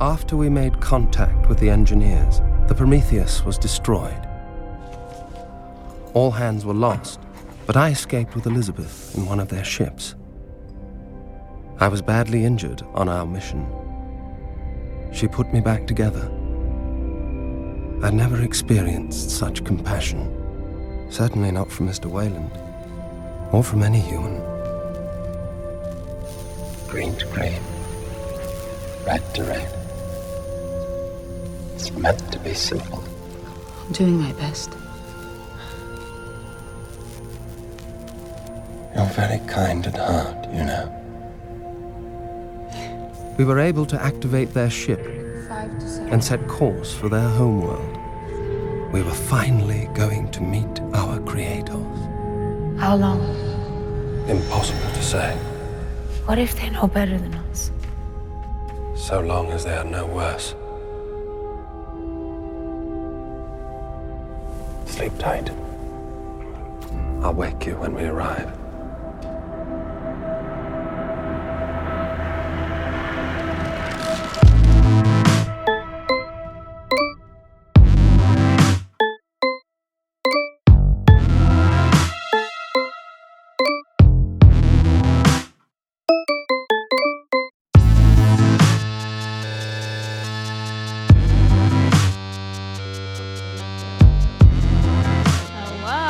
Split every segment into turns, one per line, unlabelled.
After we made contact with the engineers, the Prometheus was destroyed. All hands were lost, but I escaped with Elizabeth in one of their ships. I was badly injured on our mission. She put me back together. I'd never experienced such compassion. Certainly not from Mr. Wayland, or from any human.
green to green, red to red. It's meant to be simple.
I'm doing my best.
You're very kind at heart, you know.
We were able to activate their ship and set course for their homeworld. We were finally going to meet our creators.
How long?
Impossible to say,
What if they know better than us?
so long as they are no worse. Sleep tight. I'll wake you when we arrive.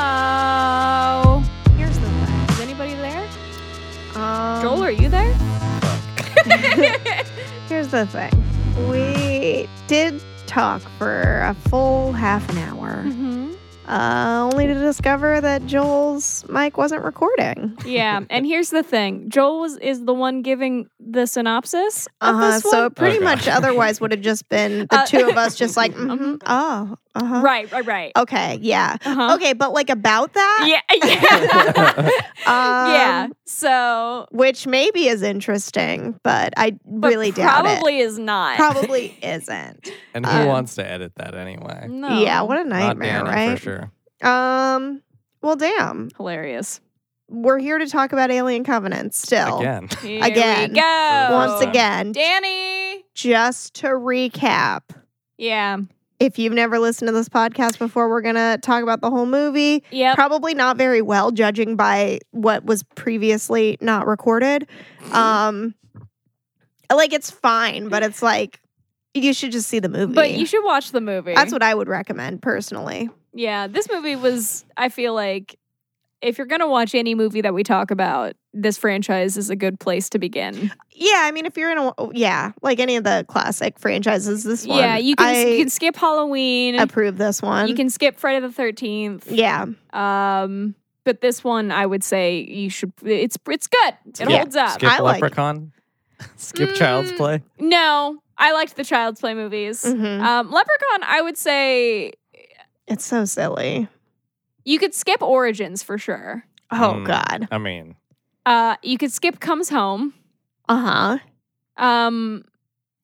Hello.
Here's the way.
Is anybody there?
Um,
Joel, are you there?
Here's the thing. We did talk for a full half an hour,
Mm-hmm.
uh, only to discover that Joel's mic wasn't recording.
Yeah. and here's the thing. Joel was, is the one giving the synopsis of
Uh-huh,
this one.
so it pretty
Okay.
much otherwise would have just been the
Uh,
two of us just like, mm-hmm,
mhm.
oh, uh-huh.
right, right, right.
Okay, yeah.
Uh-huh.
Okay, but like about that?
Yeah. Yeah.
Um,
yeah. So
Which maybe is interesting, but I
but
really doubt it.
probably is not.
Probably isn't.
And who
Um,
wants to edit that anyway?
No.
Yeah, what a
Not
nightmare,
Danny
right?
for sure.
Um, well, damn.
hilarious.
We're here to talk about Alien Covenant still.
Again,
Here
Again.
We go.
Once
Oh.
again,
Danny.
just to recap,
Yeah.
if you've never listened to this podcast before, we're going to talk about the whole movie.
Yep.
Probably not very well, judging by what was previously not recorded. Um, like, it's fine, but it's like, you should just see the movie.
But you should watch the movie.
That's what I would recommend personally.
Yeah, this movie was, I feel like, if you're going to watch any movie that we talk about, this franchise is a good place to begin.
Yeah, I mean, if you're in a, yeah, like any of the classic franchises, this one.
Yeah, you can,
I
you can skip Halloween.
approve this one.
You can skip Friday the 13th.
Yeah.
Um, but this one, I would say you should, it's, it's good. It
Yeah.
holds up.
skip
I like it.
Leprechaun, skip Child's
Mm.
Play.
No, I liked the Child's Play movies.
Mhm.
Um, Leprechaun, I would say
It's so silly.
you could skip Origins for sure.
Oh
Mm.
God.
I mean,
Uh, you could skip Comes Home.
Uh huh.
Um,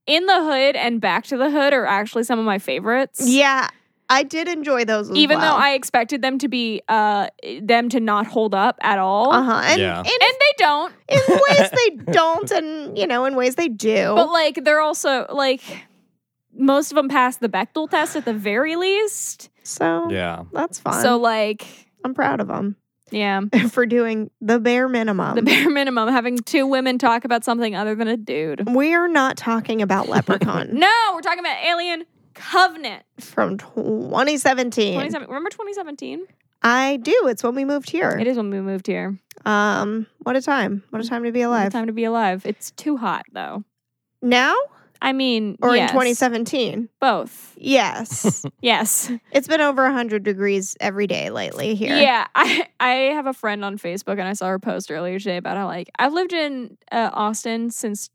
In the Hood and Back to the Hood are actually some of my favorites.
Yeah, I did enjoy those. As
Even though I expected them to be, uh, them to not hold up at all.
Uh huh. And,
Yeah.
and
And, they don't.
in ways they don't, and you know, in ways they do.
But like, they're also like, most of them pass the Bechtel test at the very least.
so
yeah,
that's fine.
So like,
I'm proud of them
yeah,
for doing the bare minimum.
the bare minimum, having two women talk about something other than a dude.
we are not talking about Leprechaun
No, we're talking about Alien Covenant.
from 2017.
27, remember 2017?
I do. It's when we moved here.
It is when we moved here.
Um, what a time! What a time to be
What a
alive.
Time to be alive. It's too hot though.
Now
I mean,
or
yes.
in 2017?
Both.
Yes.
Yes.
it's been over 100 degrees every day lately here.
Yeah. I, I have a friend on Facebook and I saw her post earlier today about how, like, I've lived in uh, Austin since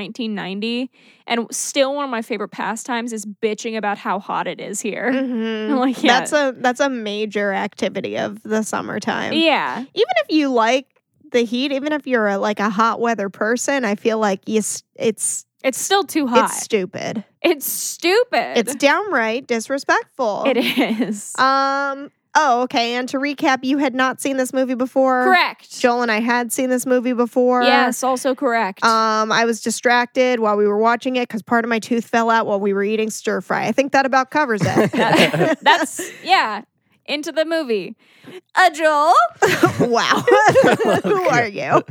1990 and still one of my favorite pastimes is bitching about how hot it is here.
Mhm.
I'm like, yeah.
That's a that's a major activity of the summertime.
yeah.
Even if you like the heat, even if you're a, like a hot weather person, I feel like you s- it's
It's still too hot.
it's
It's,
stupid.
stupid.
It's downright disrespectful.
it is.
Um Oh, okay. And to recap, you had not seen this movie before.
Correct.
Joel and I had seen this movie before.
Yes, also correct.
Um, I was distracted while we were watching it because part of my tooth fell out while we were eating stir fry. I think that about covers it.
That's yeah. Into the movie. A Joel.
wow. Who are you?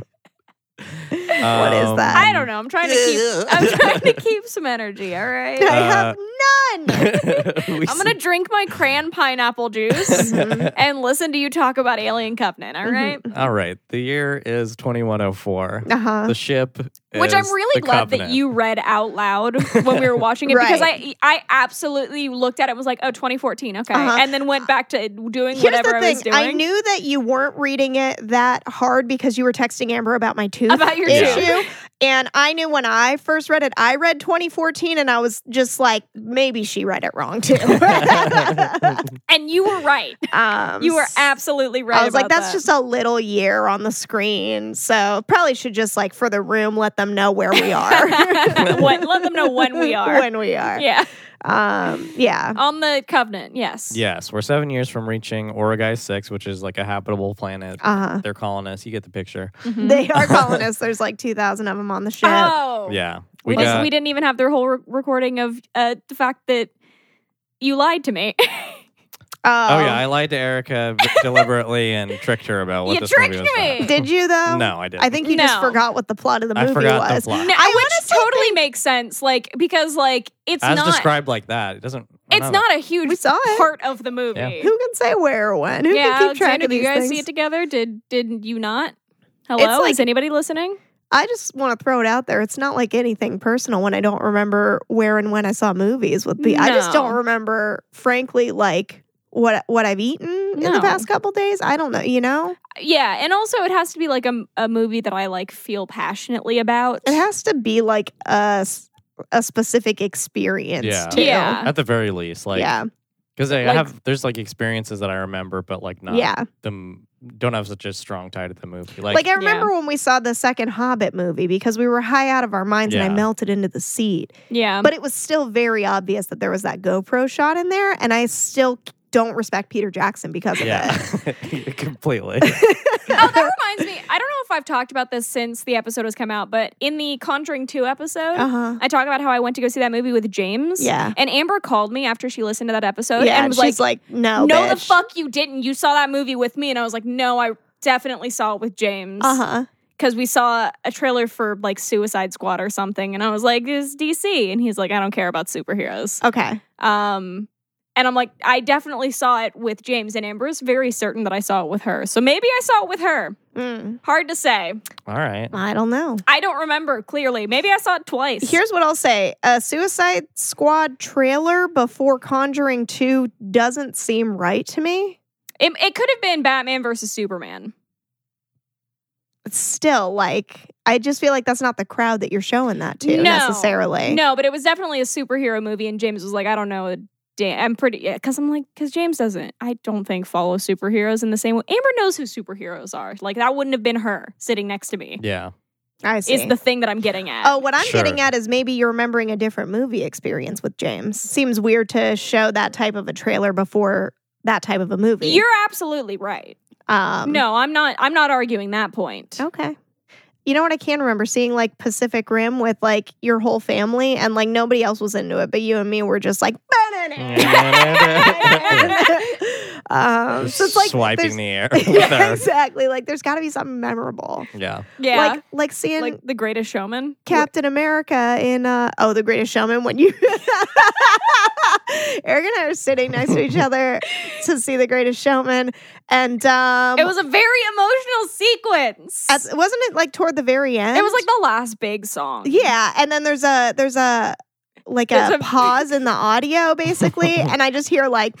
What
Um,
is that?
I don't know. I'm trying to keep I'm trying to keep some energy, all right?
I have none.
we
I'm gonna drink my crayon pineapple juice and listen to you talk about Alien Covenant.
Mm-hmm.
All right?
s- All right. The year is 2104.
Uh huh.
The ship.
Which I'm
is
really
the
glad that
Covenant.
you read out loud when we were watching it because I I absolutely looked at it and was like, oh, 2014, okay,
Uh-huh.
and then went back to doing
Here's
whatever
the
I was
thing.
doing.
I, knew that you weren't reading it that hard because you were texting Amber about my tooth
About your
tooth.
issue. And I knew when I first read it, I read 2014 and I was just like, maybe she read it wrong too.
and you were right.
um,
You were absolutely right.
I was like,
about
that's
that.
just a little year on the screen. So probably should just like for the room, let them know where we are.
When- let them know when we are.
When we are.
yeah,
Um, yeah.
on the Covenant. Yes.
Yes, we're seven years from reaching Origai 6, which is like a habitable planet.
Uh-huh.
They're calling us. You get the picture.
Mhm.
Mm-hmm. They are colonists. There's like 2,000 of them on the ship.
Oh.
Yeah.
We,
We
just-
got,
we didn't even have their whole re- recording of uh, the fact that you lied to me.
oh, yeah. I lied to Erica v- deliberately and tricked her about what
You
this
tricked
movie was about.
me!
Did you though?
No, I didn't.
I think you just
No.
forgot what the plot of the
I
movie
forgot the
was.
plot.
No,
I
which
honestly
totally makes sense, like because like it's
As
not
described like that, it doesn't. I
it's
don't
not a huge
We saw it.
part of the movie.
Yeah.
Who can say where or when? Who
yeah,
can keep track
Alexander,
of
do
these
you guys
things?
see it together? Did did you not? Hello,
like-
is anybody listening?
I just want to throw it out there. It's not like anything personal when I don't remember where and when I saw movies with the I just
No.
don't remember frankly like what what I've eaten in the
No.
past couple days. I don't know, you know?
Yeah, and also it has to be like a, a movie that I like feel passionately about.
It has to be like a s- a specific experience
Yeah.
too.
Yeah.
At the very least, like,
yeah.
because I
Like-
have there's like experiences that I remember, but like not
Yeah.
them don't have such a strong tie to the movie. Like,
Like, I remember when we saw the second Hobbit movie because we were high out of our minds and I
Yeah. Um,
melted into the seat.
yeah,
but it was still very obvious that there was that GoPro shot in there and I still don't respect Peter Jackson because of
yeah,
it.
completely.
oh, that reminds me. I don't know if I've talked about this since the episode has come out, but in the Conjuring Two episode,
Uh-huh.
I talk about how I went to go see that movie with James.
Yeah.
and Amber called me after she listened to that episode
yeah,
and
and
was
she's like, no,
no, the
bitch."
fuck you didn't. You saw that movie with me, and I was like, no, I definitely saw it with James
Uh huh.
because we saw a trailer for like Suicide Squad or something, and I was like, "Is DC?" And he's like, "I don't care about superheroes."
Okay.
Um, and I'm like, I definitely saw it with James, and Amber is very certain that I saw it with her. So maybe I saw it with her.
Mm,
Hard to say.
All right.
I don't know.
I don't remember clearly. Maybe I saw it twice.
Here's what I'll say: a Suicide Squad trailer before Conjuring Two doesn't seem right to me.
it, it could have been Batman versus Superman.
It's still like I just feel like that's not the crowd that you're showing that to
No.
necessarily.
No, but it was definitely a superhero movie, and James was like, I don't know. da- I'm pretty, yeah, because I'm like, because James doesn't, I don't think, follow superheroes in the same way. Amber knows who superheroes are. Like, that wouldn't have been her sitting next to me,
Yeah.
I see.
is the thing that I'm getting at.
Oh, what I'm
Sure.
getting at is maybe you're remembering a different movie experience with James. Seems weird to show that type of a trailer before that type of a movie.
you're absolutely right.
um, Oh,
no, I'm not, I'm not arguing that point.
Okay. You know what I can remember seeing like Pacific Rim with like your whole family and like nobody else was into it, but you and me were just like um, so it's like
swiping
there's-
the air with
yeah,
our
exactly. Like there's got to be something memorable.
yeah.
Yeah.
Like like seeing
Like, the greatest showman.
Captain America in uh oh the greatest showman when you Eric and I were sitting next to each other to see the greatest showman and um
It was a very emotional sequence.
at- wasn't it like toward the very end?
it was like the last big song.
Yeah, and then there's a there's a like
There's
a,
a-
pause in the audio basically, and I just hear like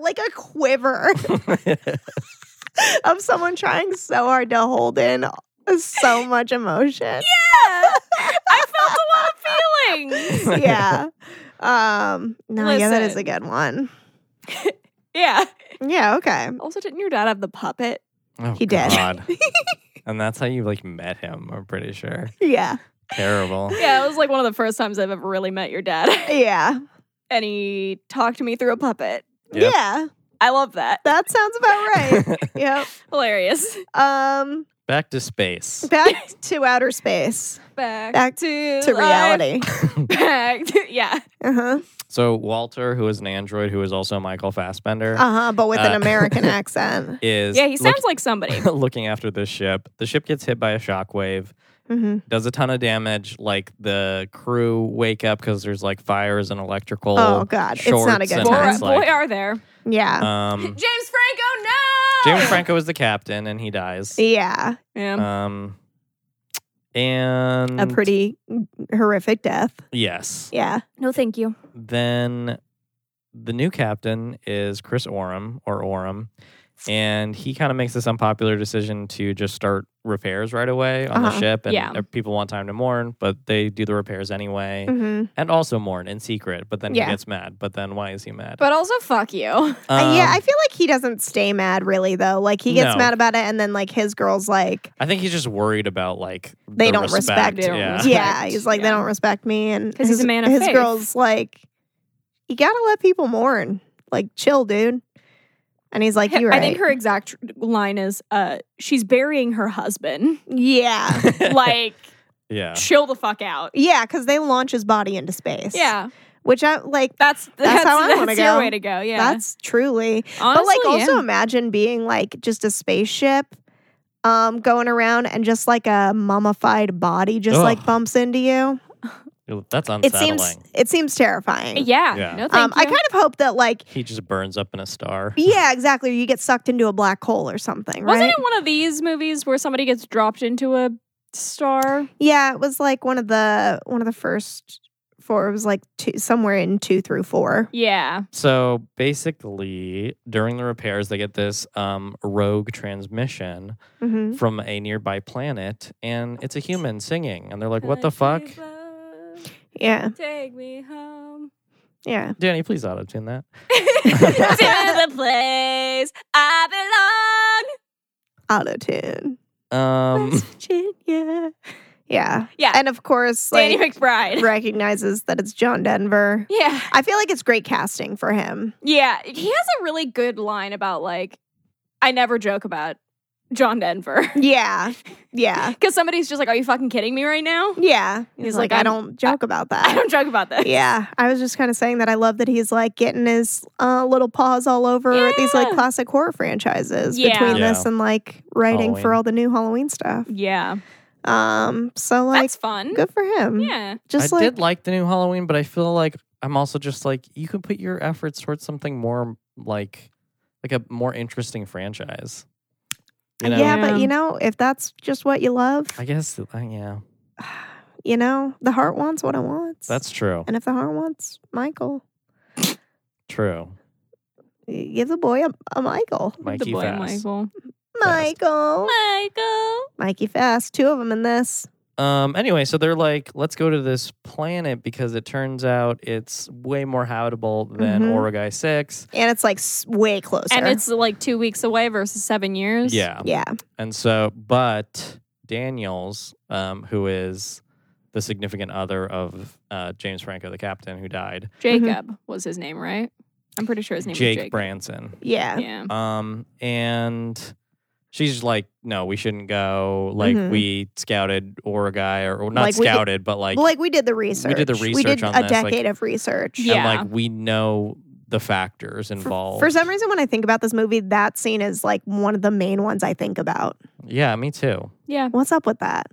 like a quiver of someone trying so hard to hold in so much emotion.
I felt a lot of feelings.
Yeah. Um no, yeah, that is
Listen.
a good one.
Yeah.
Yeah, okay.
Also, didn't your dad have the puppet?
Oh,
He did.
God. and that's how you like met him. I'm pretty sure.
Yeah.
Terrible.
Yeah, it was like one of the first times I've ever really met your dad.
Yeah.
and he talked me through a puppet.
Yep.
Yeah,
I love that.
that sounds about right. yep.
Hilarious.
Um,
Back to space.
back to outer space,
Back,
back
to
to
life.
reality.
Back to- yeah.
Uh huh.
So Walter, who is an android, who is also Michael Fassbender,
Uh huh. But with an
Uh,
American accent.
is
Yeah, he
look-
sounds like somebody.
looking after this ship. The ship gets hit by a shockwave,
hmm
does a ton of damage. Like the crew wake up because there's like fires and electrical.
Oh, God. It's not a
shorts
good
and
Boy,
time.
it's like-
boy, are there.
Yeah.
um,
James Franco, no!
James Franco is the captain, and he dies.
yeah.
Yeah.
Um, and
A pretty horrific death.
yes.
Yeah.
no, thank you.
Then the new captain is Chris Oram or Oram, and he kind of makes this unpopular decision to just start repairs right away on
Uh-huh.
the ship, and
Yeah.
uh, people want time to mourn, but they do the repairs anyway,
hmm
and also mourn in secret. But then
Yeah.
he gets mad. But then why is he mad?
But also, fuck you.
Uh, yeah,
Um,
I feel like he doesn't stay mad really though. Like he gets
No.
mad about it, and then like his girls like
I think he's just worried about like
They
the
don't respect-
They don't
yeah.
respect.
yeah, he's like they
Yeah.
don't respect me, and
'Cause he's
his-
a man of
His
faith.
girls like you gotta let people mourn. Like chill, dude. And he's like, you're right.
I think her exact tr- line is uh, she's burying her husband.
yeah,
like,
yeah.
chill the fuck out.
yeah, because they launch his body into space.
Yeah.
which I like.
That's that's,
how I wanna
that's
go.
your way to go. Yeah.
That's truly.
Honestly,
but like, also
yeah.
imagine being like just a spaceship. Um, going around and just like a mummified body just
Ugh.
like bumps into you.
That's
It
unsettling.
seems it seems terrifying.
yeah.
Yeah.
No, thank
Um, I
you.
kind of hope that, like,
he just burns up in a star.
yeah, exactly. You get sucked into a black hole or something, right?
Wasn't it one of these movies where somebody gets dropped into a star?
yeah, it was like one of the one of the first four. It was like two, somewhere in two through four.
Yeah.
So basically, during the repairs, they get this um, rogue transmission
Mm-hmm.
from a nearby planet, and it's a human singing, and they're like, "What the fuck,
Yeah,
Take me home.
yeah.
Danny? Please auto tune that."
to the place I
Auto tune.
Um,
West Virginia. Yeah,
Yeah.
and of course,
belong. Danny
like
McBride.
recognizes that it's John Denver.
Yeah.
I feel like it's great casting for him.
Yeah. He has a really good line about like I never joke about John Denver.
Yeah, yeah,
Because somebody's just like, Are you fucking kidding me right now?
yeah. He's,
He's
like,
like,
I
I'm-
don't joke about that.
I don't joke about this.
Yeah, I was just kind of saying that I love that he's like getting his uh, little paws all over these like
Yeah.
classic horror franchises
Yeah.
between this
Yeah.
and like writing for
Halloween.
all the new Halloween stuff.
Yeah.
Um, so like,
That's fun.
good for him.
Yeah.
Just
I
like,
did like the new Halloween, but I feel like I'm also just like you could put your efforts towards something more like like a more interesting franchise. You know,
Uh, yeah,
Yeah.
but you know, if that's just what you love,
I guess uh, yeah,
you know, the heart wants what it wants.
that's true.
and if the heart wants Michael,
True.
y- give the boy a, a Michael.
Mikey
the boy
Fass.
Michael.
Fast.
Michael,
Michael.
Mikey Fast, two of them in this.
Um. Anyway, so they're like, let's go to this planet because it turns out it's way more habitable than
Mhm.
Origai Six.
And it's like s- way closer.
And it's like two weeks away versus seven years.
Yeah.
yeah,
And so, but Daniels, um, who is the significant other of uh, James Franco, the captain who died,
Mm-hmm.
Jacob was his name, right? I'm pretty sure his name
Jake,
was Jake.
Branson.
yeah,
Yeah.
Um, and she's like, no, we shouldn't go. Like,
Mhm.
we scouted Origai, or, or not
Like, we did-
scouted, but like,
Well, like we did the research.
did the
We
research
did
on
a
this, like-
decade of research.
Yeah.
and like we know the factors involved.
For some reason, when I think about this movie, that scene is like one of the main ones I think about.
yeah, me too.
Yeah.
What's up with that?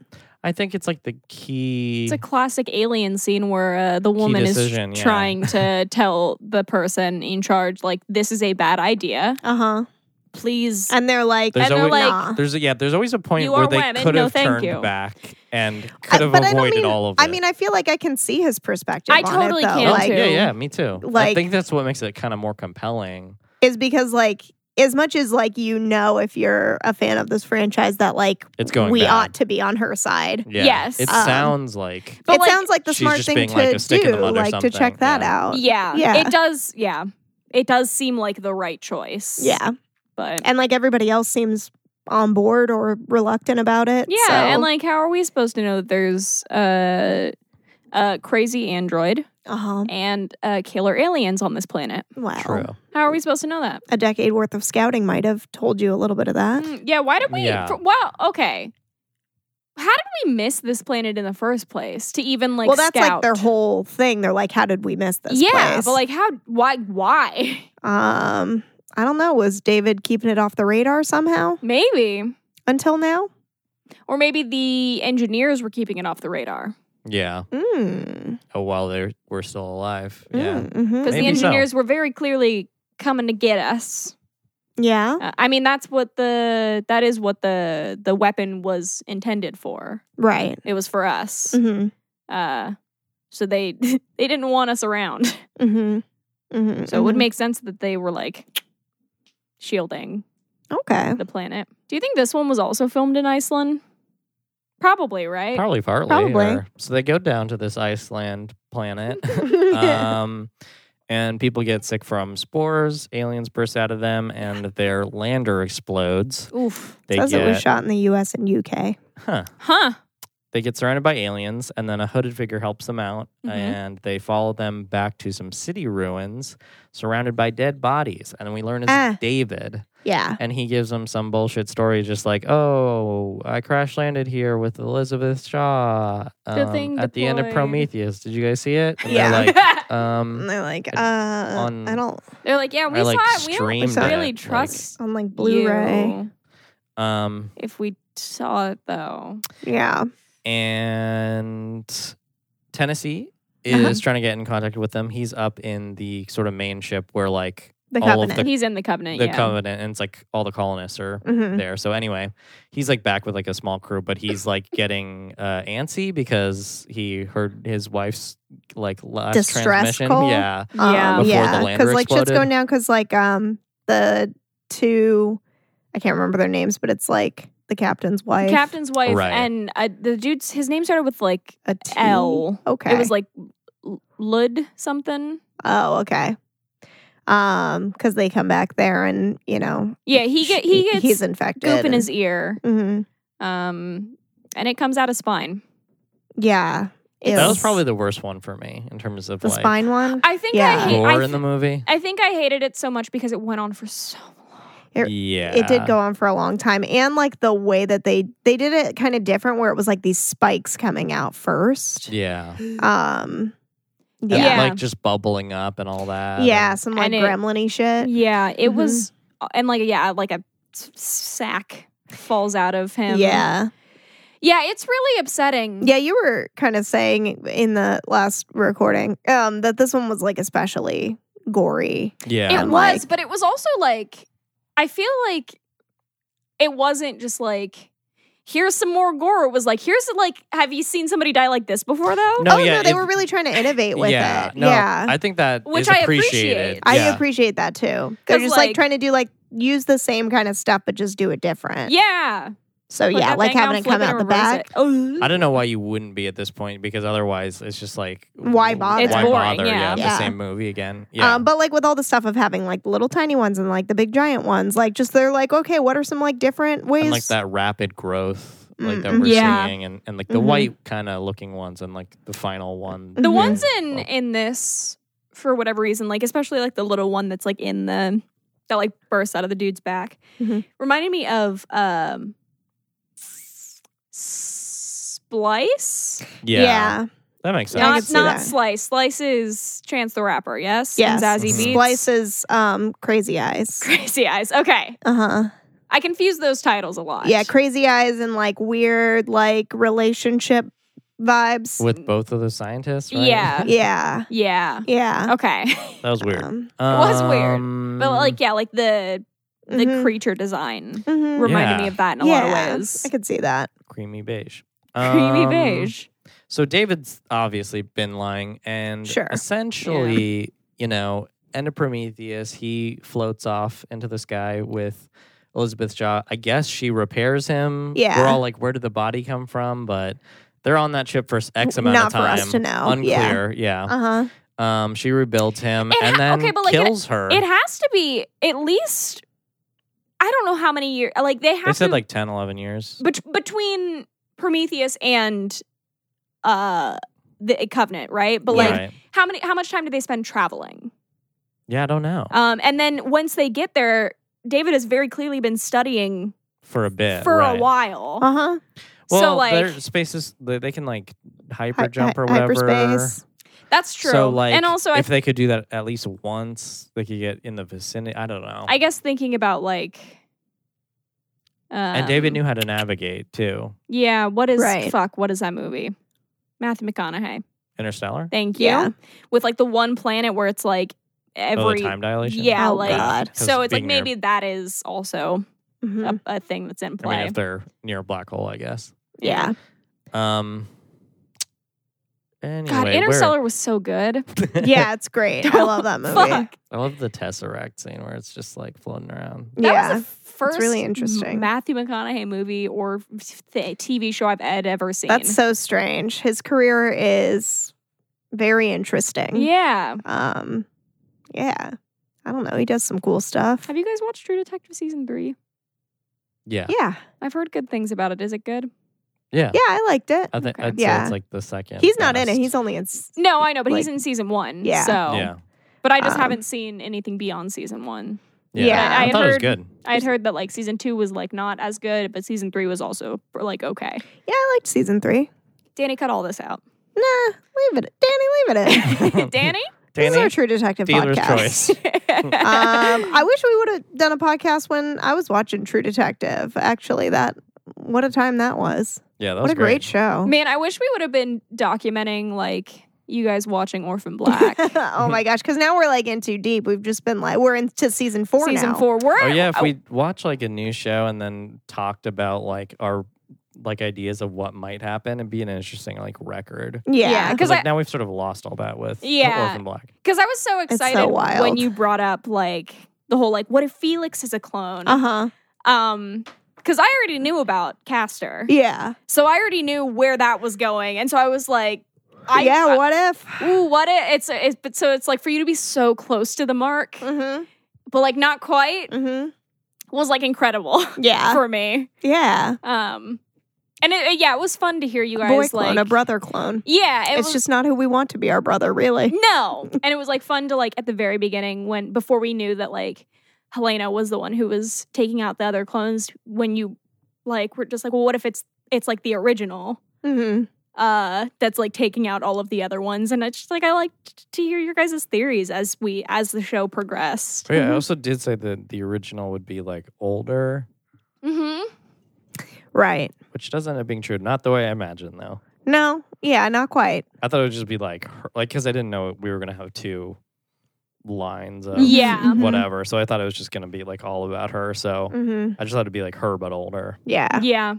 I think it's like the key.
It's a classic alien scene where uh, the woman
decision,
is
yeah.
trying to tell the person in charge, like, this is a bad idea.
Uh huh.
Please.
And they're like,
There's
Uh-huh. and they're
always-
like,
nah.
there's a, yeah, there's always a point
You
where
are
they
women,
could
no
have
thank
turned
you.
back and
I-
could have
but I don't
avoided
mean,
all of it.
I mean, I feel like I can see his perspective.
I
on
totally
it, though.
can,
Like,
too.
yeah, yeah, me too. I
like-
think that's what makes it kind of more compelling.
Is because like as much as like you know, if you're a fan of this franchise, that like
It's going
we
bad.
ought to be on her side.
Yeah.
Yes.
It
Um,
sounds like
But,
it
like,
sounds like the
she's
smart
just
thing
being,
to
like, a stick
do,
in the mud or
like to check
something,
that
yeah.
out.
yeah.
Uh, yeah.
It does. Yeah. It does seem like the right choice.
Yeah,
But.
and like everybody else seems on board or reluctant about it.
yeah.
so-
And like, how are we supposed to know that there's uh, uh, crazy android,
Uh huh.
and uh, killer aliens on this planet.
Wow.
True.
How are we supposed to know that?
A decade worth of scouting might have told you a little bit of that.
Mm, yeah, why did we?
Yeah.
For, well, okay. How did we miss this planet in the first place to even like?
well, that's like
scout?
their whole thing. They're like, how did we miss this?
yeah,
place?
but like, how? Why? Why?
um, I don't know. Was David keeping it off the radar somehow
Maybe,
until now?
or maybe the engineers were keeping it off the radar
Yeah.
Mm.
Oh, while they were still alive. Yeah.
Mm, mhm.
because the
Maybe so.
engineers were very clearly coming to get us.
Yeah.
Uh, I mean, that's what the that is what the the weapon was intended for.
Right.
It was for us.
Mm
Uh, so they they didn't want us around.
hmm. Mm hmm. Mm-hmm.
So it would make sense that they were like shielding
Okay.
the planet. Do you think this one was also filmed in Iceland? Probably, right?
Probably partly.
Probably.
or- so they go down to this Iceland planet. um, and people get sick from spores. Aliens burst out of them, and their lander explodes.
Oof.
They
Says it was
get
shot in the U.S. and U.K.
huh.
Huh.
They get surrounded by aliens, and then a hooded figure helps them out,
Mhm.
and they follow them back to some city ruins, surrounded by dead bodies. And we learn it's
Ah.
David,
Yeah.
and he gives them some bullshit story, just like, "Oh, I crash landed here with Elizabeth Shaw um,
Good thing
at the end of
deployed."
Prometheus. Did you guys see it?" And
Yeah.
they're like, um,
And they're like, uh,
on-
I don't
They're like, yeah, we
I, like,
saw it. We
streamed
don't really
it, like-
trust
on like Blu-ray.
you
um,
if we saw it though.
Yeah.
and Tennessee is
Uh-huh.
trying to get in contact with them. He's up in the sort of main ship where like
The
All of
covenant.
The-
He's in the covenant,
the
yeah.
covenant and it's like all the colonists are
Mhm.
there. So anyway, he's like back with like a small crew, but he's like getting uh, antsy because he heard his wife's like last
Distress
transmission.
call?
Yeah,
Yeah.
Um,
Before
yeah,
the lander
like shit's
exploded.
going down because like um the two, I can't remember their names, but it's like the captain's wife,
Captain's wife
Right.
and uh, the dude's his name started with like
a T.
L.
Okay,
It was like L- Lud something.
oh okay, um because they come back there and you know
Yeah, he get he
sh-
gets
he's infected
goop in
and-
his ear.
Mhm.
Um and it comes out of spine.
yeah
It's-
that was probably the worst one for me in terms of
the
like
spine one.
I think
Yeah.
I hate
gore
I,
in the movie.
I think I hated it so much because it went on for so
It-
yeah,
It did go on for a long time, and like the way that they they did it kind of different, where it was like these spikes coming out first.
Yeah,
Um,
And,
yeah,
like uh, just bubbling up and all that.
yeah, some like
And it-
gremlin-y shit.
Yeah, it
Mhm.
was and like yeah, like a s- sack falls out of him.
Yeah.
Yeah, it's really upsetting.
Yeah, you were kind of saying in the last recording um that this one was like especially gory.
And- yeah.
It was,
like-
but it was also like I feel like it wasn't just like here's some more gore. It was like here's like have you seen somebody die like this before though?
No,
oh
yeah,
no, they
if-
were really trying to innovate with
yeah,
it.
No,
yeah. I,
I think that
Which
is
I
appreciated.
appreciate.
Yeah.
appreciate that too. They're
'Cause,
just like,
like-
trying to do like use the same kind of stuff but just do it different.
Yeah.
So
Put
Oh, yeah,
that
like
thing down,
having it
flip
come out the
reverse
back.
it. Oh.
I don't know why you wouldn't be at this point because otherwise it's just like
Why bother?
It's
why
boring,
bother?
yeah.
Yeah.
the same movie again. Yeah,
Um, but like with all the stuff of having like little tiny ones and like the big giant ones, like just they're like, okay, what are some like different ways?
and like that rapid growth like that
Mm,
we're
yeah.
seeing, and, and like the
Mhm.
white kind of looking ones, and like the final one. Oh,
The
Mhm.
ones in
Well-
in this for whatever reason, like especially like the little one that's like in the that like bursts out of the dude's back,
Mhm.
reminded me of um Splice.
yeah,
yeah.
that makes sense.
I
not
could see
not
that.
Slice. Slice is Chance the Rapper. Yes.
Yes. Mm-hmm.
And Zazie
Mhm.
Beetz.
Splices, um, crazy eyes.
Crazy Eyes. Okay.
Uh huh.
I confuse those titles a lot.
Yeah, crazy eyes and like weird like relationship vibes.
With both of the scientists, right?
Yeah.
yeah,
yeah.
yeah.
Okay.
that was weird.
Um,
was weird,
Um,
Mm-hmm.
but like yeah, like the the
mhm,
creature design
mhm.
reminded
Yeah.
me of that in a lot
Yeah,
of ways.
I could see that.
creamy beige.
Creamy
Um,
beige.
So David's obviously been lying, and
Sure.
essentially, you know, end of Prometheus, he floats off into the sky with Elizabeth Shaw. I guess she repairs him.
Yeah.
we're all like, where did the body come from? But they're on that ship for X amount
Not
of
for
time.
us to know.
Unclear. Yeah.
Uh huh.
Um, she rebuilds him
It
and
ha-
then
okay, but, like, it-
kills her.
It has to be at least I don't know how many years like they have
they said
to
like 10, 11 years.
bet- between Prometheus and uh the covenant, right? But like,
Right.
how many? How much time do they spend traveling?
Yeah, I don't know.
Um, and then once they get there, David has very clearly been studying
for a bit.
for
right.
a while.
Uh huh.
Well,
so like,
their spaces they, they can like hyper jump or whatever.
Hyperspace.
that's true.
So like,
and also, I,
if they could do that at least once, they could get in the vicinity. I don't know.
I guess thinking about like, um,
and David knew how to navigate too.
Yeah, what is
Right.
fuck? What is that movie? Matthew McConaughey.
Interstellar.
Thank you.
Yeah.
With like the one planet where it's like every
oh, the time dilation.
Yeah,
Oh,
like
God.
so
Because
it's like
being near-
maybe that is also
Mhm.
a, a thing that's in
I
play.
mean, if they're near a black hole, I guess.
Yeah.
Um. Anyway,
God,
where-
Interstellar was so good.
yeah, it's great. I love that movie.
Fuck.
I love the tesseract scene where it's just like floating around.
That
Yeah.
was the first
really interesting.
Matthew McConaughey movie or th- TV show I've ed- ever seen.
That's so strange. His career is very interesting.
yeah.
Um, yeah. I don't know. He does some cool stuff.
Have you guys watched True Detective season three?
Yeah.
yeah.
I've heard good things about it. Is it good?
Yeah.
Yeah, I liked it.
I think
Okay.
I'd say
Yeah.
it's like the second.
He's not in it.
best.
He's only in. s-
No, I know, but he's
Like-
in season one.
Yeah.
So,
Yeah.
but I just
Um,
haven't seen anything beyond season one.
Yeah.
I- I
I, thought
heard-
it was good.
I had heard that like season two was like not as good, but season three was also like okay.
Yeah, I liked season three.
Danny, cut all this out.
Nah, leave it. Danny, leave it in.
Danny,
this is
Danny,
our True Detective
dealer's
podcast.
choice.
um, I wish we would have done a podcast when I was watching True Detective. Actually, that what a time that was.
Yeah, that
what
was
a great, show.
man, I wish we would have been documenting like you guys watching Orphan Black
oh my gosh! Because now we're like in too deep. We've just been like we're into season four
season
now.
four. We're
Oh yeah, if we watch like a new show and then talked about like our like ideas of what might happen, it'd be an interesting like record.
Yeah.
Yeah. 'Cause
Because like
I-
now we've sort of lost all that with
Yeah.
Orphan Black.
because I was so
so
excited when
wild.
you brought up like the whole like what if Felix is a clone?
Uh
Uh-huh.
huh.
Um, because I already knew about Caster,
Yeah.
so I already knew where that was going, and so I was like, I
yeah. What if?
Ooh, what it, it's it's but so it's like for you to be so close to the mark,
Mm
but like not quite
hmm. Mm
was like incredible
hmm. Yeah.
for me.
yeah.
Um, and it, yeah, it was fun to hear you
A
guys
boy clone,
like
a brother clone.
Yeah, it
it's
was,
just not who we want to be our brother, really.
no, and it was like fun to like at the very beginning when before we knew that like Helena was the one who was taking out the other clones. When you like were just like, well, what if it's it's like the original.
Mm
Uh, that's like taking out all of the other ones, and it's just like I like t- to hear your guys' theories as we as the show progressed.
But Oh, yeah,
Mhm.
I also did say that the original would be like older,
Mm-hmm.
hmm. Right.
which does end up being true. Not the way I imagined though.
No. Yeah. Not quite.
I thought it would just be like her, like because I didn't know we were gonna have two lines of
Yeah.
Mhm.
whatever. So I thought it was just gonna be like all about her. So
Mm hmm.
I just thought it'd be like her but older.
Yeah.
Yeah.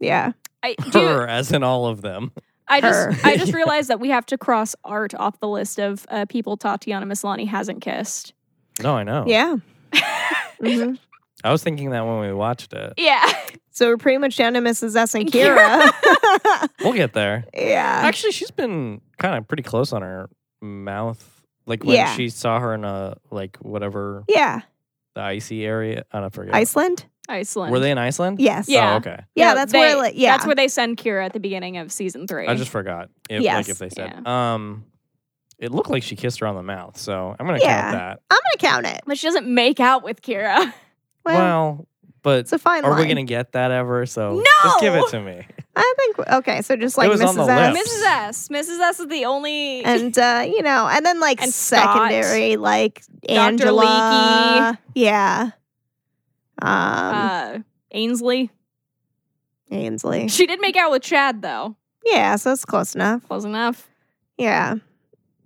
Yeah.
I do.
Uh, Her as in all of them.
I just
her.
I just realized that we have to cross art off the list of uh, people Tatiana Maslany hasn't kissed.
No, I know.
Yeah. hmm
I was thinking that when we watched it.
Yeah.
So we're pretty much down to Mrs. S and Kira.
We'll get there.
yeah.
Actually, she's been kind of pretty close on her mouth. Like when
Yeah.
she saw her in a like whatever
Yeah.
the icy area. I don't forget.
Iceland?
Iceland.
Were they in Iceland?
Yes.
Yeah.
Oh, okay.
Yeah,
No,
that's
they-
where like yeah.
That's where they send Kira at the beginning of season three.
I just forgot. If,
Yes.
Like if they said, um, it looked like she kissed her on the mouth. So I'm gonna
Yeah.
count that.
I'm gonna count it.
but she doesn't make out with Kira.
Well,
well, but
it's a fine
are
line.
we gonna get that ever? So
No!
just give it to me.
I think okay, so just like
was on
Mrs.
the
S.
list.
Mrs. S. Mrs. S is the only.
and uh, you know, and then like
And Scott.
secondary, like Angela, yeah, um,
uh, Ainsley.
Ainsley,
She did make out with Chad though.
yeah, so it's close enough,
Close enough.
yeah,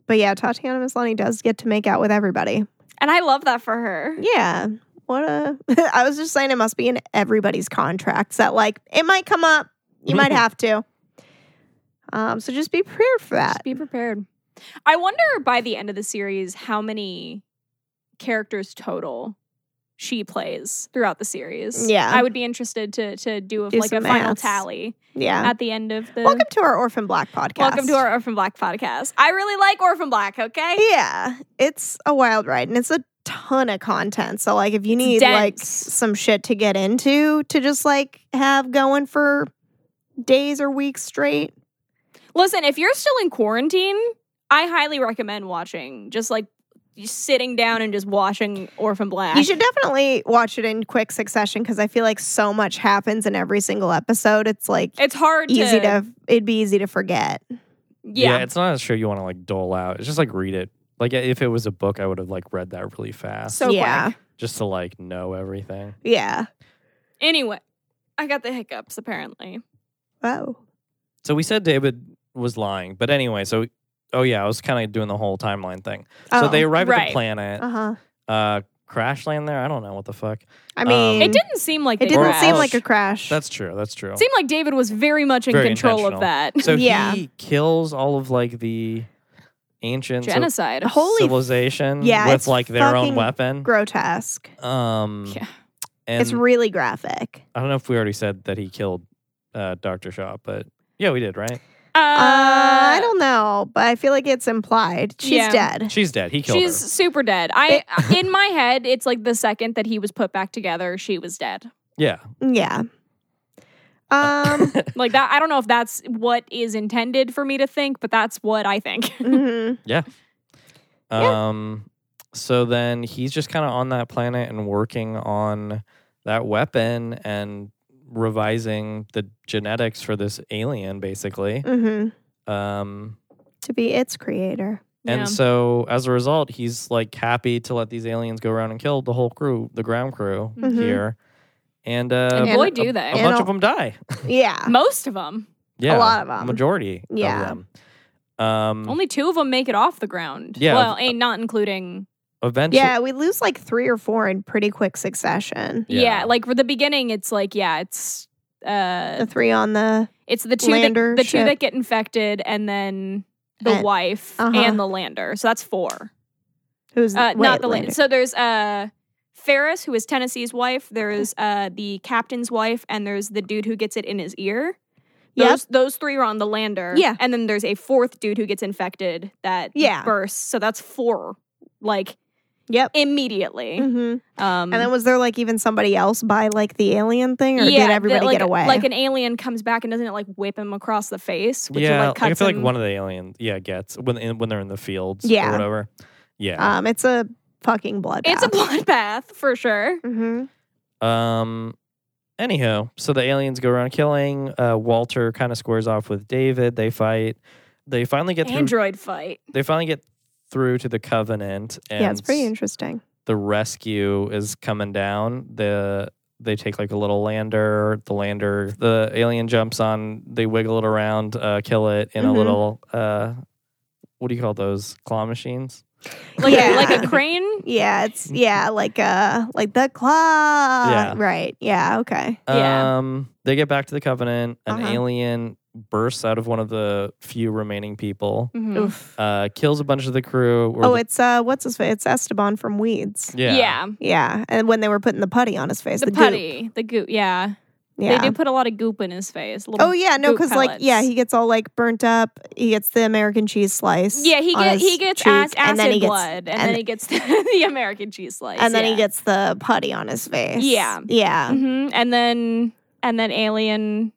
but yeah, Tatiana Maslany does get to make out with everybody,
And I love that for her.
yeah. What a! I was just saying, it must be in everybody's contracts that like it might come up, you
Mm-hmm.
might have to. Um, so just be prepared for that.
Just be prepared. I wonder by the end of the series how many characters total she plays throughout the series.
Yeah.
I would be interested to to do, a
Do
like a
some
final
maths.
tally
Yeah.
at the end of the
Welcome to our Orphan Black podcast.
Welcome to our Orphan Black podcast. I really like Orphan Black, okay?
Yeah, it's a wild ride and it's a ton of content. So like if you need like
dense.
some shit to get into to just like have going for days or weeks straight,
Listen, if you're still in quarantine, I highly recommend watching. Just like just sitting down and just watching Orphan Black.
You should definitely watch it in quick succession because I feel like so much happens in every single episode. It's like
It's hard
easy to it'd be easy to forget.
yeah.
it's not a show you want to like dole out. It's just like read it. Like if it was a book, I would have like read that really fast,
So
yeah.
quick.
just to like know everything.
Yeah.
Anyway, I got the hiccups apparently.
Oh.
So we said David was lying, but anyway, so oh yeah, I was kind of doing the whole timeline thing.
oh.
so they arrive at
right.
the planet,
uh-huh.
uh, crash land there. I don't know what the fuck.
I mean
Um,
It didn't seem like
it
they
didn't
crashed.
seem like
crashed.
a crash.
That's true. That's true.
seemed like David was very much in
Very
control
intentional.
of that
so
Yeah.
he kills all of like the ancient
genocide.
Holy
civilization
Yeah,
with
it's
like their own
fucking
weapon.
grotesque.
um,
Yeah.
and
it's really graphic.
I don't know if we already said that he killed uh, Doctor Shaw, but yeah, we did, right?
uh,
Uh, I don't know, but I feel like it's implied. She's
yeah.
dead.
She's dead. He killed
She's super dead. I uh, in my head, it's like the second that he was put back together, she was dead.
her. Yeah,
Yeah. Um
Like that. I don't know if that's what is intended for me to think, but that's what I think.
mhm.
Um, so then he's just kind of on that planet and working on that weapon and revising the genetics for this alien, basically.
Mhm.
Um,
to be its creator.
and
Yeah.
so as a result, he's like happy to let these aliens go around and kill the whole crew, the ground crew
Mhm.
here. And, uh,
And
a-
boy, do they.
a bunch of them die.
Yeah.
Most of them.
yeah,
lot of 'em.
majority.
Yeah.
of them. Um,
Only two of them make it off the ground.
Yeah.
Well, ain't not including.
eventually.
Yeah, we lose like three or four in pretty quick succession.
Yeah.
Yeah. Like for the beginning, it's like yeah, it's uh,
The three on the
it's the two that,
Lander
the two
ship.
that get infected, and then the
Uh,
wife
uh-huh.
and the lander. So that's four.
who's
Uh,
wait,
not the lander. So there's uh, Ferris, who is Tennessee's wife. There's uh, the captain's wife, and there's the dude who gets it in his ear.
Yep.
Those, those three are on the lander.
Yeah.
And then there's a fourth dude who gets infected that
Yeah.
bursts. So that's four, like
Yep.
immediately.
hmm
Um,
And then was there like even somebody else by like the alien thing, or
yeah,
did
that,
everybody
like,
get away?
Like an alien comes back and doesn't it like whip him across the face? Which
yeah,
like
like, I
cuts
feel like
him-
one of the aliens, yeah, gets when in- when they're in the fields
Yeah.
or whatever. Yeah.
um, it's a fucking bloodbath.
It's a bloodbath for sure.
hmm
Um. Anyhow, so the aliens go around killing. Uh, Walter kind of squares off with David. They fight. They finally get through.
Android fight.
They finally get through to the Covenant, and
Yeah, it's pretty interesting.
the rescue is coming down. The they take like a little lander. The lander, the alien jumps on. They wiggle it around, uh, kill it in
Mhm.
a little. Uh, what do you call those claw machines?
Like, a,
Yeah.
like a crane.
Yeah, it's yeah, like uh, like the claw.
Mm-hmm. Yeah.
Right. Yeah. Okay.
Yeah.
Um, they get back to the Covenant. An
Uh-huh.
alien bursts out of one of the few remaining people.
Mhm.
Oof.
Uh, kills a bunch of the crew. Or
Mm. Oh,
the-
it's uh, what's his face? It's Esteban from Weeds.
yeah.
Yeah, and when they were putting the putty on his face,
The,
the, goop.
putty. The goop. Yeah.
Yeah.
They do put a lot of goop in his face. little-
Oh yeah, no,
goop
because like yeah,
pellets.
he gets all like burnt up. He gets the American cheese slice.
Yeah, he
on
gets
his
he gets
cheek,
ac- acid
and then he gets-
blood, and,
and-
then he gets the, the American cheese slice,
and then
yeah.
he gets the putty on his face.
Yeah.
yeah.
hmm and then and then alien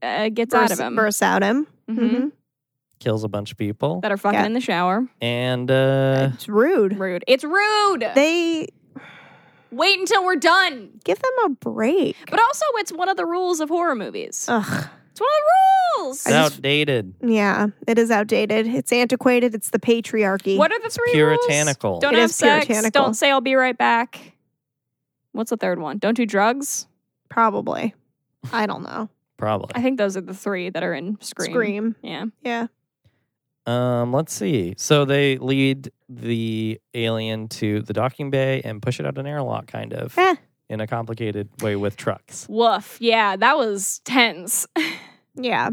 uh, gets out of
Bursts-
him
bursts out him.
Mhm.
Mhm.
Kills a bunch of people.
that are fucking
Yeah.
in the shower.
And uh,
It's rude.
Rude. It's rude.
They
Wait until we're done.
give them a break.
But also, it's one of the rules of horror movies.
Ugh.
it's one of the rules.
it's outdated.
Yeah, it is outdated. It's antiquated. It's the patriarchy.
What are the three
puritanical.
rules? Don't
It
have
is
sex.
puritanical.
Don't say I'll be right back. What's the third one? Don't do drugs.
Probably. I don't know.
Probably.
I think those are the three that are in Scream.
Scream.
Yeah.
Yeah.
Um, let's see. So they lead the alien to the docking bay and push it out an airlock, kind of
Eh.
in a complicated way with trucks.
Woof. Yeah, that was tense.
Yeah.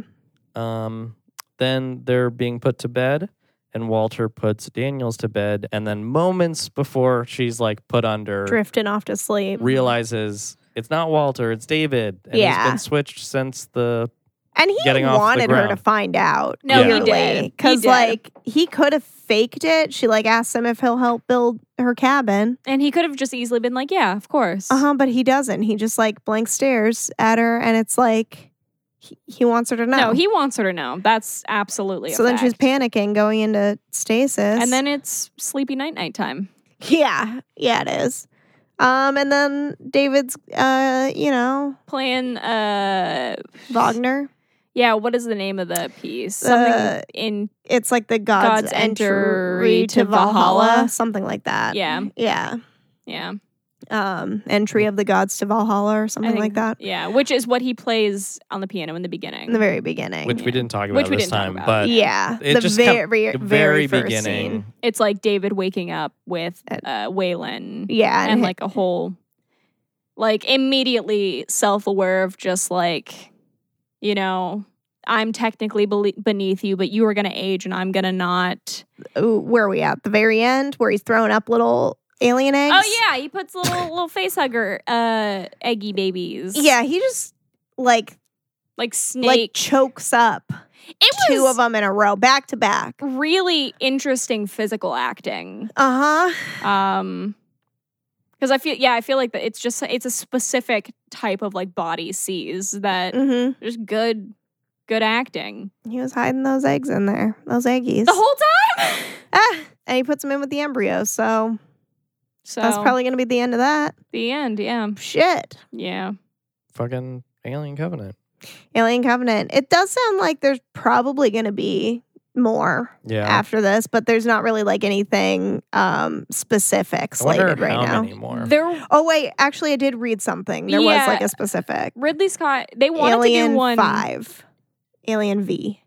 Um, then they're being put to bed, and Walter puts Daniels to bed, and then moments before she's like put under,
Drifting off to sleep.
realizes it's not Walter, it's David, and
Yeah.
he's been switched since the
And he
getting off the
wanted her to
ground.
find out.
No,
he
did. He
Because
did.
like he could have faked it. She like asked him if he'll help build her cabin.
and he could have just easily been
Uh-huh.
like, yeah, of course.
Uh huh. But he doesn't. He just like blank stares at her, and it's like he, he wants her to know.
No, he wants her to know. That's absolutely.
So
a
then she's
fact.
panicking going into stasis.
And then it's sleepy night night time.
yeah, yeah, it is. Um, and then David's, uh, you know,
Playing uh
Wagner.
yeah, what is the name of the piece? Something
Uh,
in
It's like the gods,
God's
entry to Valhalla, something like that.
Yeah.
yeah.
yeah.
Um, entry of the gods to Valhalla or something
think-
like that
Yeah, which is what he plays on the piano in the beginning.
in the very beginning.
which we didn't talk about
Which we
this
didn't talk
time,
about.
but
yeah,
it
the
just kept-
very,
the
very,
very,
first
beginning.
Scene.
it's like David waking up with
And-
uh, Waylon
Yeah,
and like a whole, like immediately self aware of just like, you know, I'm technically bele- beneath you, but you are going to age and I'm going to not.
ooh, where are we at? The very end where he's throwing up little alien eggs.
Oh, yeah. He puts little, little face hugger uh, eggy babies.
Yeah, he just like
Like
like
snake.
chokes up
it was
two of them in a row, back to back.
really interesting physical acting.
Uh huh.
um because i feel yeah i feel like that it's just it's a specific type of like body sees that
hmm
just good good acting
He was hiding those eggs in there, those eggies.
the whole time
ah, and he puts them in with the embryo, so
so
that's probably gonna be the end of that.
the end yeah
Shit.
yeah
fucking Alien Covenant.
Alien Covenant. It does sound like there's probably gonna be more
Yeah.
after this, but there's not really like anything um specific
I wonder
slated right
how
now.
many more.
there
Oh wait, actually I did read something. There was
Yeah.
like a specific
ridley scott they wanted
Alien
to do one
Five. Alien V.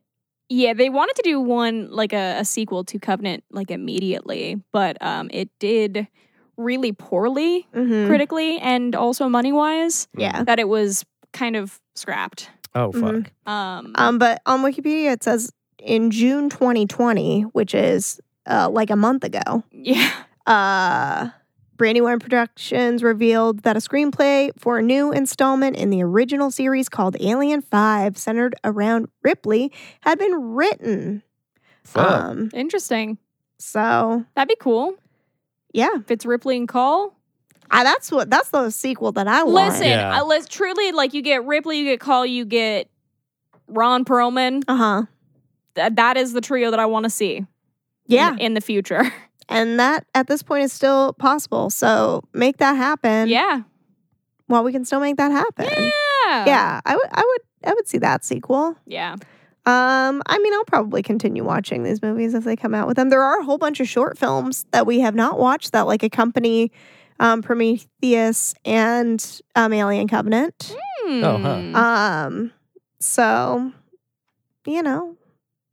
yeah they wanted to do one like a, a sequel to covenant like immediately but um it did really poorly
Mm-hmm.
critically and also money wise
Yeah.
that it was kind of scrapped
Oh fuck.
Mhm.
um
Um, but on Wikipedia it says in June 2020, which is uh, like a month ago,
yeah
uh, Brandywine Productions revealed that a screenplay for a new installment in the original series called Alien Five, centered around Ripley, had been written.
Fuck.
Um,
Interesting.
so
That'd be cool.
yeah,
If it's Ripley and Cole.
I, that's what that's the sequel that I want.
Listen,
Yeah.
I, let's truly like you get Ripley, you get Cole, you get Ron Perlman.
Uh huh.
Th- that is the trio that I want to see. in-
Yeah,
In, the future.
and that at this point is still possible. So make that happen.
yeah.
While we can still make that happen.
Yeah.
yeah I would I would I would see that sequel.
Yeah.
Um, I mean, I'll probably continue watching these movies if they come out with them. There are a whole bunch of short films that we have not watched that like accompany um, Prometheus and um, Alien Covenant.
Oh, huh.
Hmm.
Um, so you know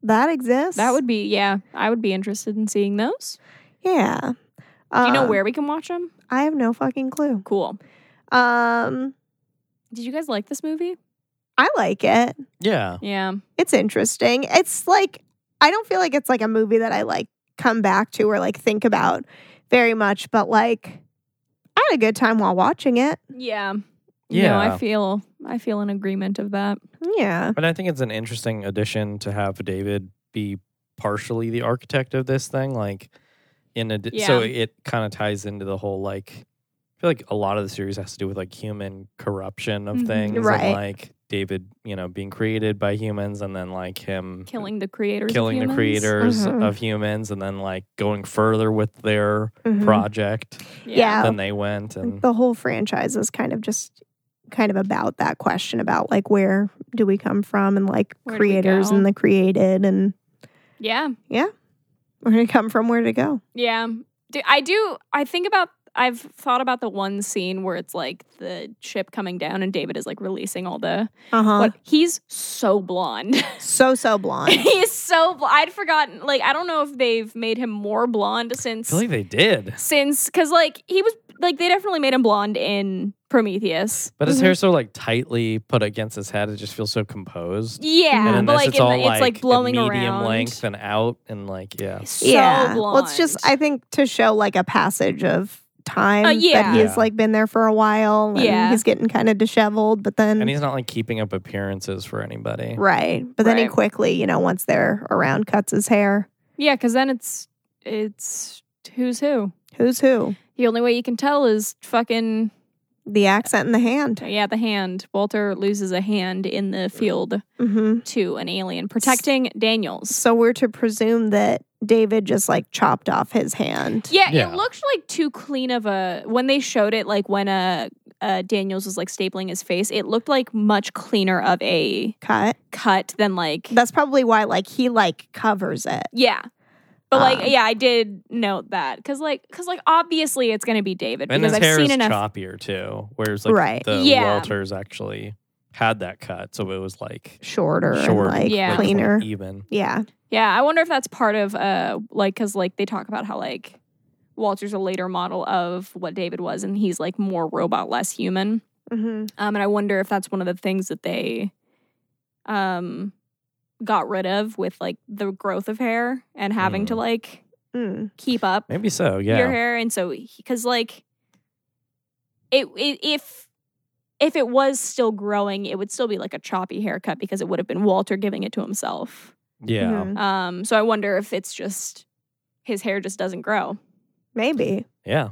that exists.
that would be yeah. I would be interested in seeing those.
yeah.
Do you know
Um,
where we can watch them?
I have no fucking clue.
Cool.
Um,
Did you guys like this movie?
I like it.
Yeah.
Yeah.
it's interesting. It's like I don't feel like it's like a movie that I like come back to or like think about very much, but like I had a good time while watching it.
Yeah. No,
Yeah.
I feel I feel an agreement of that.
Yeah.
But I think it's an interesting addition to have David be partially the architect of this thing. Like, in a so it kind of ties into the whole like. I feel like a lot of the series has to do with like human corruption of
Mhm.
things,
Right.
and like David, you know, being created by humans, and then like him
Killing the creators. of
killing the
humans. Mm-hmm.
creators
Mhm.
of humans, and then like going further with their
Mhm.
Mm-hmm.
project
Oh.
Yeah.
than they went, and
The whole franchise is kind of just kind of about that question about like where do we come from and like
Where do we
creators
go?
and the created and
Yeah.
where to come from, where to go.
Yeah. Do, I do. I think about. I've thought about the one scene where it's like the ship coming down and David is like releasing all the.
Uh huh.
What he's so blonde.
So so blonde.
he's so. Bl- I'd forgotten. Like I don't know if they've made him more blonde
I
since
feel like they did.
since because like he was like they definitely made him blonde in Prometheus.
But his hair's so like tightly put against his head, it just feels so composed.
Yeah,
and in
but
this,
like
it's
in the-
all
it's,
like,
like, blowing
medium
around.
length and out, and like yeah,
He's so blonde.
Well, it's just I think to show like a passage of time
Uh,
that
yeah.
he's
Yeah.
like been there for a while. And
Yeah.
he's getting kind of disheveled, but then
and he's not like keeping up appearances for anybody.
right, but then he
Right.
quickly, you know, once they're around, cuts his hair.
yeah, because then it's it's who's who.
Who's who?
The only way you can tell is fucking
the accent in the hand.
Yeah, the hand. Walter loses a hand in the field
hmm
to an alien, protecting Daniels.
So we're to presume that David just like chopped off his hand.
Yeah,
Yeah.
it looked like too clean of a when they showed it like when uh, uh Daniels was like stapling his face, it looked like much cleaner of a
Cut.
cut than like
That's probably why like he like covers it.
yeah. But like
Ah.
Um,
yeah, I did note that cuz like cuz like obviously it's going to be David
And
because
his
I've
hair
seen
is
enough
choppier too, whereas like
Right.
the
Yeah.
Walters actually had that cut, so it was like
Shorter
short,
and like
Yeah.
cleaner.
even.
Yeah.
Yeah, I wonder if that's part of uh like cuz like they talk about how like Walter's a later model of what David was and he's like more robot less human.
hmm
Um, and I wonder if that's one of the things that they um got rid of with like the growth of hair and having to
Hmm.
like
Mm.
keep up
Maybe so, yeah.
your hair. And so because like it, it if if it was still growing, it would still be like a choppy haircut because it would have been Walter giving it to himself.
Yeah.
Mhm.
Um, so I wonder if it's just his hair just doesn't grow.
Maybe.
Yeah.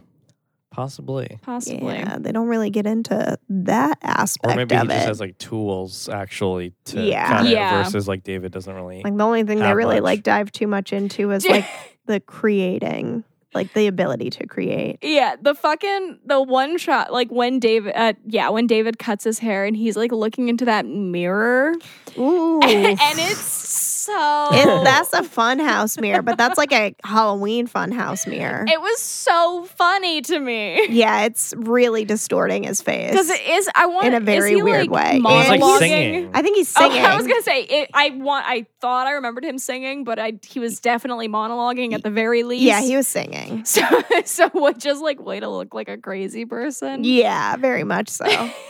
Possibly.
Possibly.
Yeah. They don't really get into that aspect
Or maybe he
of it.
just has like tools actually to
Yeah.
cut it
Yeah.
versus like David doesn't really
Like the only thing they
Have
really
much.
like dive too much into is like the creating, like the ability to create.
Yeah, the fucking the one shot like when David uh yeah, when David cuts his hair and he's like looking into that mirror
Ooh.
and it's so
It- that's a fun house mirror, but that's like a Halloween fun house mirror.
it was so funny to me.
yeah, it's really distorting his face.
Cuz it is I want
In a
is
very
he,
weird
like,
way.
Well, he's
monologuing?
like singing.
I think he's
Oh,
singing.
I was gonna say it, I want. I thought I remembered him singing, but I he was definitely monologuing at the very least.
yeah, he was singing.
so so what? Just like way to look like a crazy person.
Yeah, very much so.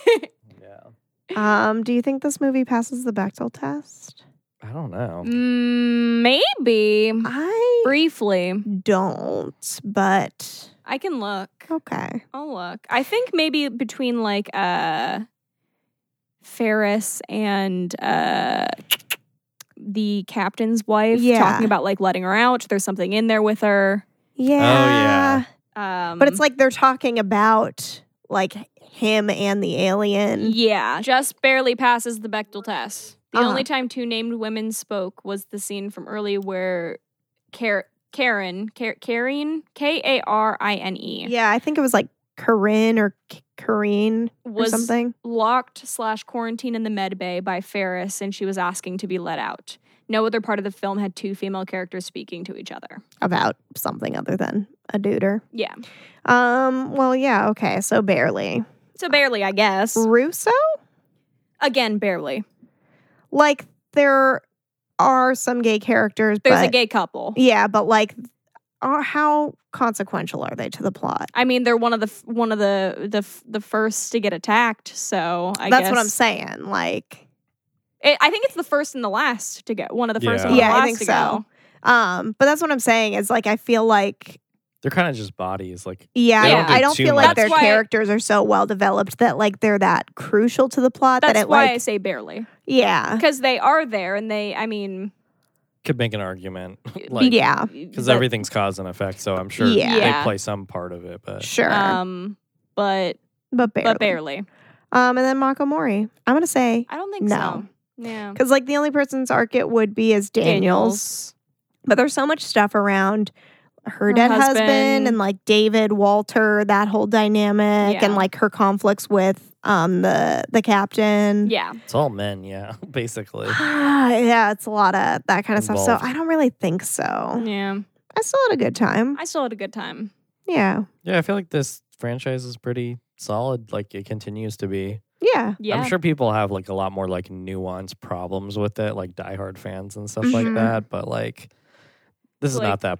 yeah.
um, do you think this movie passes the Bechtel test?
I don't know.
Mm, maybe
I
briefly.
don't, but
I can look.
Oh. okay.
I'll look. I think maybe between like uh Ferris and uh the captain's wife
Yeah.
talking about like letting her out. There's something in there with her.
Yeah.
yeah.
Um
But it's like they're talking about like him and the alien.
Yeah, just barely passes the Bechtel test. The
Uh-huh.
only time two named women spoke was the scene from early where Car- Karen, Car- Karen, K A R I N E,
Yeah, I think it was like Corinne or K- Corrine or
was
something.
locked slash quarantined in the med bay by Ferris, and she was asking to be let out. No other part of the film had two female characters speaking to each other.
About something other than a duder.
Yeah,
Um, well, yeah, okay, so barely.
so barely, I guess.
Russo?
Again, barely.
Like there are some gay characters,
There's
but
a gay couple.
yeah, but like are, how consequential are they to the plot?
I mean, they're one of the f- one of the the f- the first to get attacked. So I
That's
guess
what I'm saying. Like,
It, I think it's the first and the last to go. One of the first.
Yeah.
and the
Yeah, I
last
think
to
so.
go.
um, but that's what I'm saying is like I feel like
They're kind of just bodies. Like
Yeah,
They
I-
don't do
I don't
too
feel like
much.
their
That's why-
characters are so well developed that like they're that crucial to the plot
That's
that it
why I
like Uh.
say barely
yeah
because they are there and they. I mean,
could make an argument. like
yeah
because
but-
everything's cause and effect, so I'm sure
Yeah.
Yeah.
they play some part of it. But
sure
Um, but
but barely.
but barely.
um and then Mako Mori I'm gonna say
I don't think
No.
so. Yeah.
because like the only person's arc it would be is Daniels, but there's so much stuff around her,
Her
dead husband.
husband.
and like David Walter that whole dynamic
Yeah.
and like her conflicts with um the the captain
Yeah.
it's all men, yeah, basically.
Ah.
yeah it's a lot of that kind of stuff
Involved.
so I don't really think so
Yeah.
I still had a good time
I still had a good time.
yeah
Yeah, I feel like this franchise is pretty solid. Like it continues to be.
yeah.
Yeah.
I'm sure people have like a lot more like nuanced problems with it, like diehard fans and stuff
Mhm.
like that. But like, this is
Mm-hmm. Like-
not that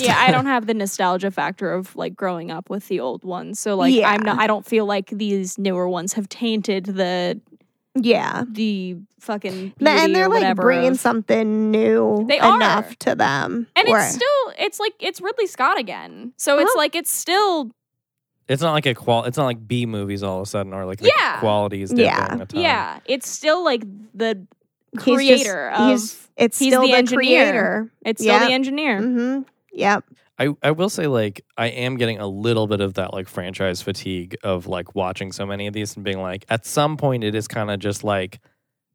yeah, I don't have the nostalgia factor of like growing up with the old ones. So like
Yeah.
I'm not I don't feel like these newer ones have tainted the
Yeah.
the fucking
Th-
beauty
Uh. and
or
they're like
whatever
bringing
of-
something new
They are.
enough to them.
And
Where-
it's still it's like it's Ridley Scott again. So it's
Huh?
like it's still
it's not like a qual. It's not like B movies all of a sudden, or like the
Yeah.
quality is dipping
Yeah.
a ton.
yeah, it's still like the
he's just-
creator of
he's- it's
he's
still
the
the
engineer.
creator.
it's still
yeah.
the engineer.
Mm-hmm. Yep.
I, I will say like I am getting a little bit of that like franchise fatigue of like watching so many of these and being like at some point it is kind of just like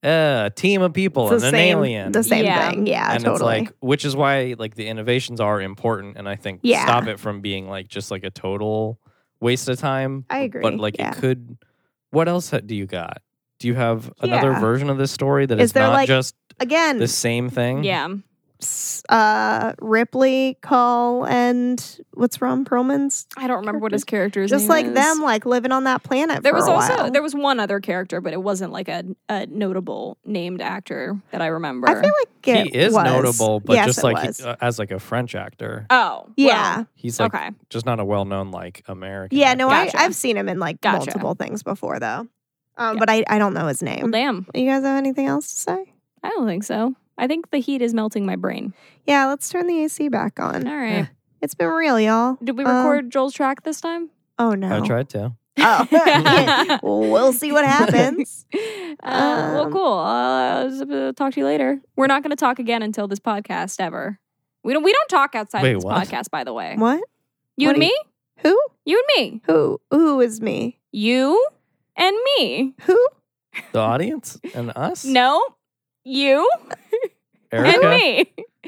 uh, a team of people
It's the
and an
same,
alien
the same
Yeah.
thing. Yeah,
and
totally.
it's like which is why like the innovations are important and I think
Yeah.
stop it from being like just like a total waste of time
I agree.
but like
yeah.
it could what else ha- do you got do you have another
Yeah.
version of this story that
Is
is
there,
not
like- Hmm.
just
again,
the same thing
Yeah.
s- uh, Ripley, Call, and what's Ron Perlman's?
I don't remember what his character's
Just
name
like
is.
them, like living on that planet.
There
for
was
a
also
while.
there was one other character, but it wasn't like a, a notable named actor that I remember.
I feel like it
he is
was.
notable but
Yes,
just
it
like
was.
he, uh, as like a French actor
oh well,
yeah.
he's like
okay.
just not a well-known like American.
yeah, no,
Gotcha.
I, I've seen him in like
Gotcha.
multiple things before though. Um,
Yeah.
But I, I don't know his
Well,
name.
damn.
You guys have anything else to say?
I don't think so. I think the heat is melting my brain.
Yeah, let's turn the AC back
All
on.
right.
Yeah.
It's been real, y'all.
Did we
Um,
record Joel's track this time?
Oh no.
I tried to.
Oh. we'll see what happens.
Uh, well,
Um,
cool. Uh, I'll talk to you later. We're not going to talk again until this podcast ever. We don't. We don't talk outside
Wait,
of this
what?
podcast, by the way.
What?
You
What
and me.
do you- Who?
You and me.
Who? Who is me?
You and me.
Who?
The audience and us.
No, you
Erica,
and me.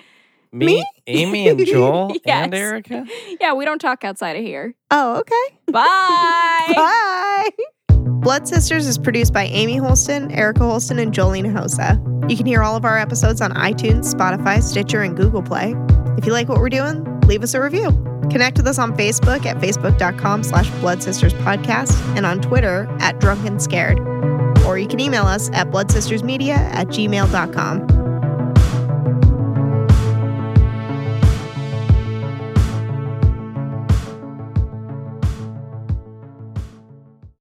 me,
Me?
Amy, and Joel,
Yes.
and Erica.
Yeah, we don't talk outside of here.
Oh, okay.
Bye.
Bye. Blood Sisters is produced by Amy Holston, Erica Holston, and Jolene Hosa. You can hear all of our episodes on iTunes, Spotify, Stitcher, and Google Play. If you like what we're doing, leave us a review. Connect with us on Facebook at facebook.com slash Blood Sisters Podcast and on Twitter at Drunken Scared. Or you can email us at bloodsistersmedia at gmail.com.